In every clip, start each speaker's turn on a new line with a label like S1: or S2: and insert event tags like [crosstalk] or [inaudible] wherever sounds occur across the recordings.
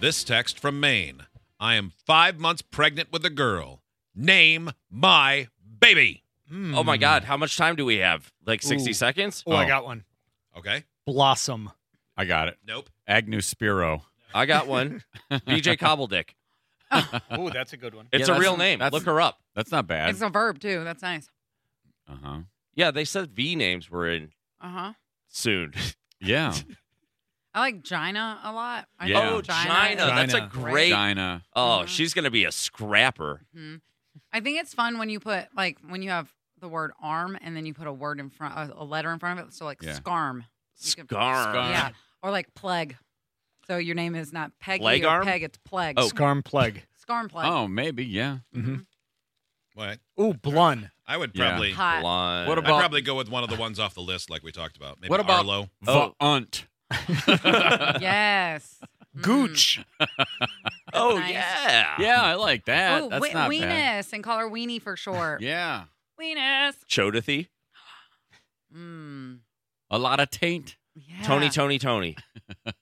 S1: This text from Maine. I am five months pregnant with a girl. Name my baby.
S2: Oh my God, how much time do we have? Like 60
S3: Ooh.
S2: seconds?
S3: Oh, I got one.
S1: Okay.
S3: Blossom.
S4: I got it.
S1: Nope.
S4: Agnew Spiro.
S2: I [laughs] got one. BJ Cobbledick.
S3: Oh, that's a good one.
S2: It's
S4: Yeah,
S2: a real
S4: that's-
S2: name.
S4: that's-
S2: Look her up.
S4: That's not bad.
S5: It's a verb too. That's nice.
S4: uh huh.
S2: Yeah, they said V names were in
S5: Uh huh.
S2: [laughs] soon.
S4: [laughs] Yeah.
S5: I like Gina a lot. I
S4: Yeah.
S5: know
S2: Oh, Gina.
S5: is-
S2: That's a
S3: Gina.
S2: great.
S4: China.
S2: Oh,
S5: Mhm.
S2: she's going to be a scrapper.
S5: Mhm. I think it's fun when you put like when you have the word arm and then you put a word in front, a- a letter in front of it. So like
S4: Yeah.
S5: scarm. You
S2: Scarm.
S5: can- Yeah. Or like plague. So your name is not Peggy
S2: Plague
S5: or
S2: arm?
S5: Peg. It's plague.
S2: Oh.
S3: Scarm plague.
S5: Scarm plague.
S4: Oh, maybe. Yeah.
S1: What?
S3: Ooh, blun.
S4: Hmm.
S1: I would
S4: Yeah.
S1: probably.
S2: [laughs]
S5: Hot.
S2: Blonde.
S4: What
S1: I'd
S4: about-
S1: probably go with one of the ones off the list, like we talked about. Maybe
S4: What about-
S1: Arlo?
S2: Oh.
S4: Vaunt.
S5: Yes. Mhm.
S3: Gooch.
S2: Oh,
S5: Nice.
S2: yeah.
S4: [laughs] Yeah, I like that.
S5: Oh,
S4: That's
S5: we-
S4: not
S5: weenus
S4: bad.
S5: and call her weenie for short.
S4: Yeah.
S5: Weenus.
S2: Chodothy.
S5: Mm.
S4: A lot of taint.
S5: Yeah.
S2: Tony, Tony, Tony. [laughs]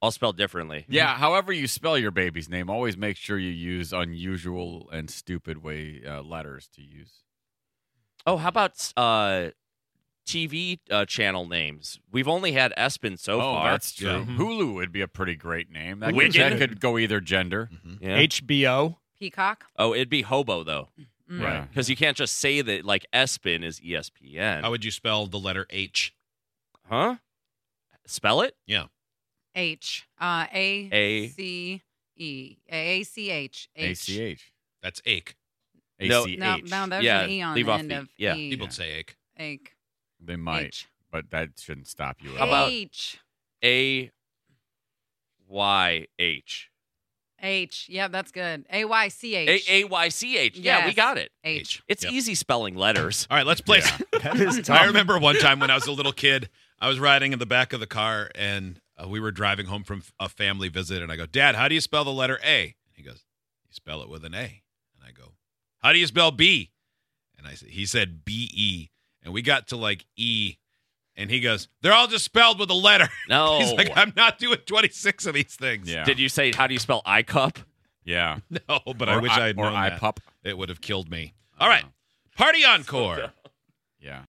S2: All spelled differently.
S4: Yeah. However you spell your baby's name, always make sure you use unusual and stupid way uh, letters to use.
S2: Oh, how about uh, TV uh, channel names? We've only had Espen so
S4: oh,
S2: far.
S4: that's true.
S1: Yeah.
S4: Hulu would be a pretty great name. That could,
S2: Wicked.
S4: that could go either gender.
S1: Mm-hmm.
S2: Yeah.
S3: HBO.
S5: Peacock.
S2: oh, it'd be Hobo though,
S5: Mm.
S4: Right.
S2: because you can't just say that like E Espen is ESPN.
S1: How would you spell the letter H?
S2: huh? Spell it.
S1: Yeah.
S5: H. Uh, A.
S2: A-
S5: C. E. A. C. H.
S4: A C H.
S1: That's ache.
S4: A
S2: No.
S4: C
S5: No,
S4: H.
S5: no, there's
S2: Yeah,
S5: an E on
S2: leave
S5: the
S2: off
S5: end
S2: the-
S5: of
S2: yeah.
S5: E.
S1: People would say ache.
S5: Ache.
S4: They might,
S5: H.
S4: but that shouldn't stop you.
S2: How
S4: At all.
S2: about-
S5: H.
S2: A Y H.
S5: H. Yeah, that's good. A. Y. C. H.
S2: A A Y C H. Yeah, we
S5: Yes.
S2: got it.
S5: H.
S2: It's
S1: Yep.
S2: easy spelling letters.
S1: [laughs] All right, let's play.
S3: That is tough.
S1: I remember one time when I was a little kid, I was riding in the back of the car and uh, we were driving home from f- a family visit. And I go, Dad, how do you spell the letter A? And he goes, You spell it with an A. And I go, How do you spell B? And I said, He said B E. And we got to like E. And he goes, They're all just spelled with a letter. [laughs]
S2: No.
S1: He's like, I'm not doing 26 of these things.
S4: Yeah.
S2: Did you say how do you spell I cup?
S4: Yeah.
S1: [laughs] No, but I
S4: Or
S1: wish I had
S4: or
S1: known that.
S4: iPup.
S1: It would have killed me. All right. Party Encore.
S4: Yeah.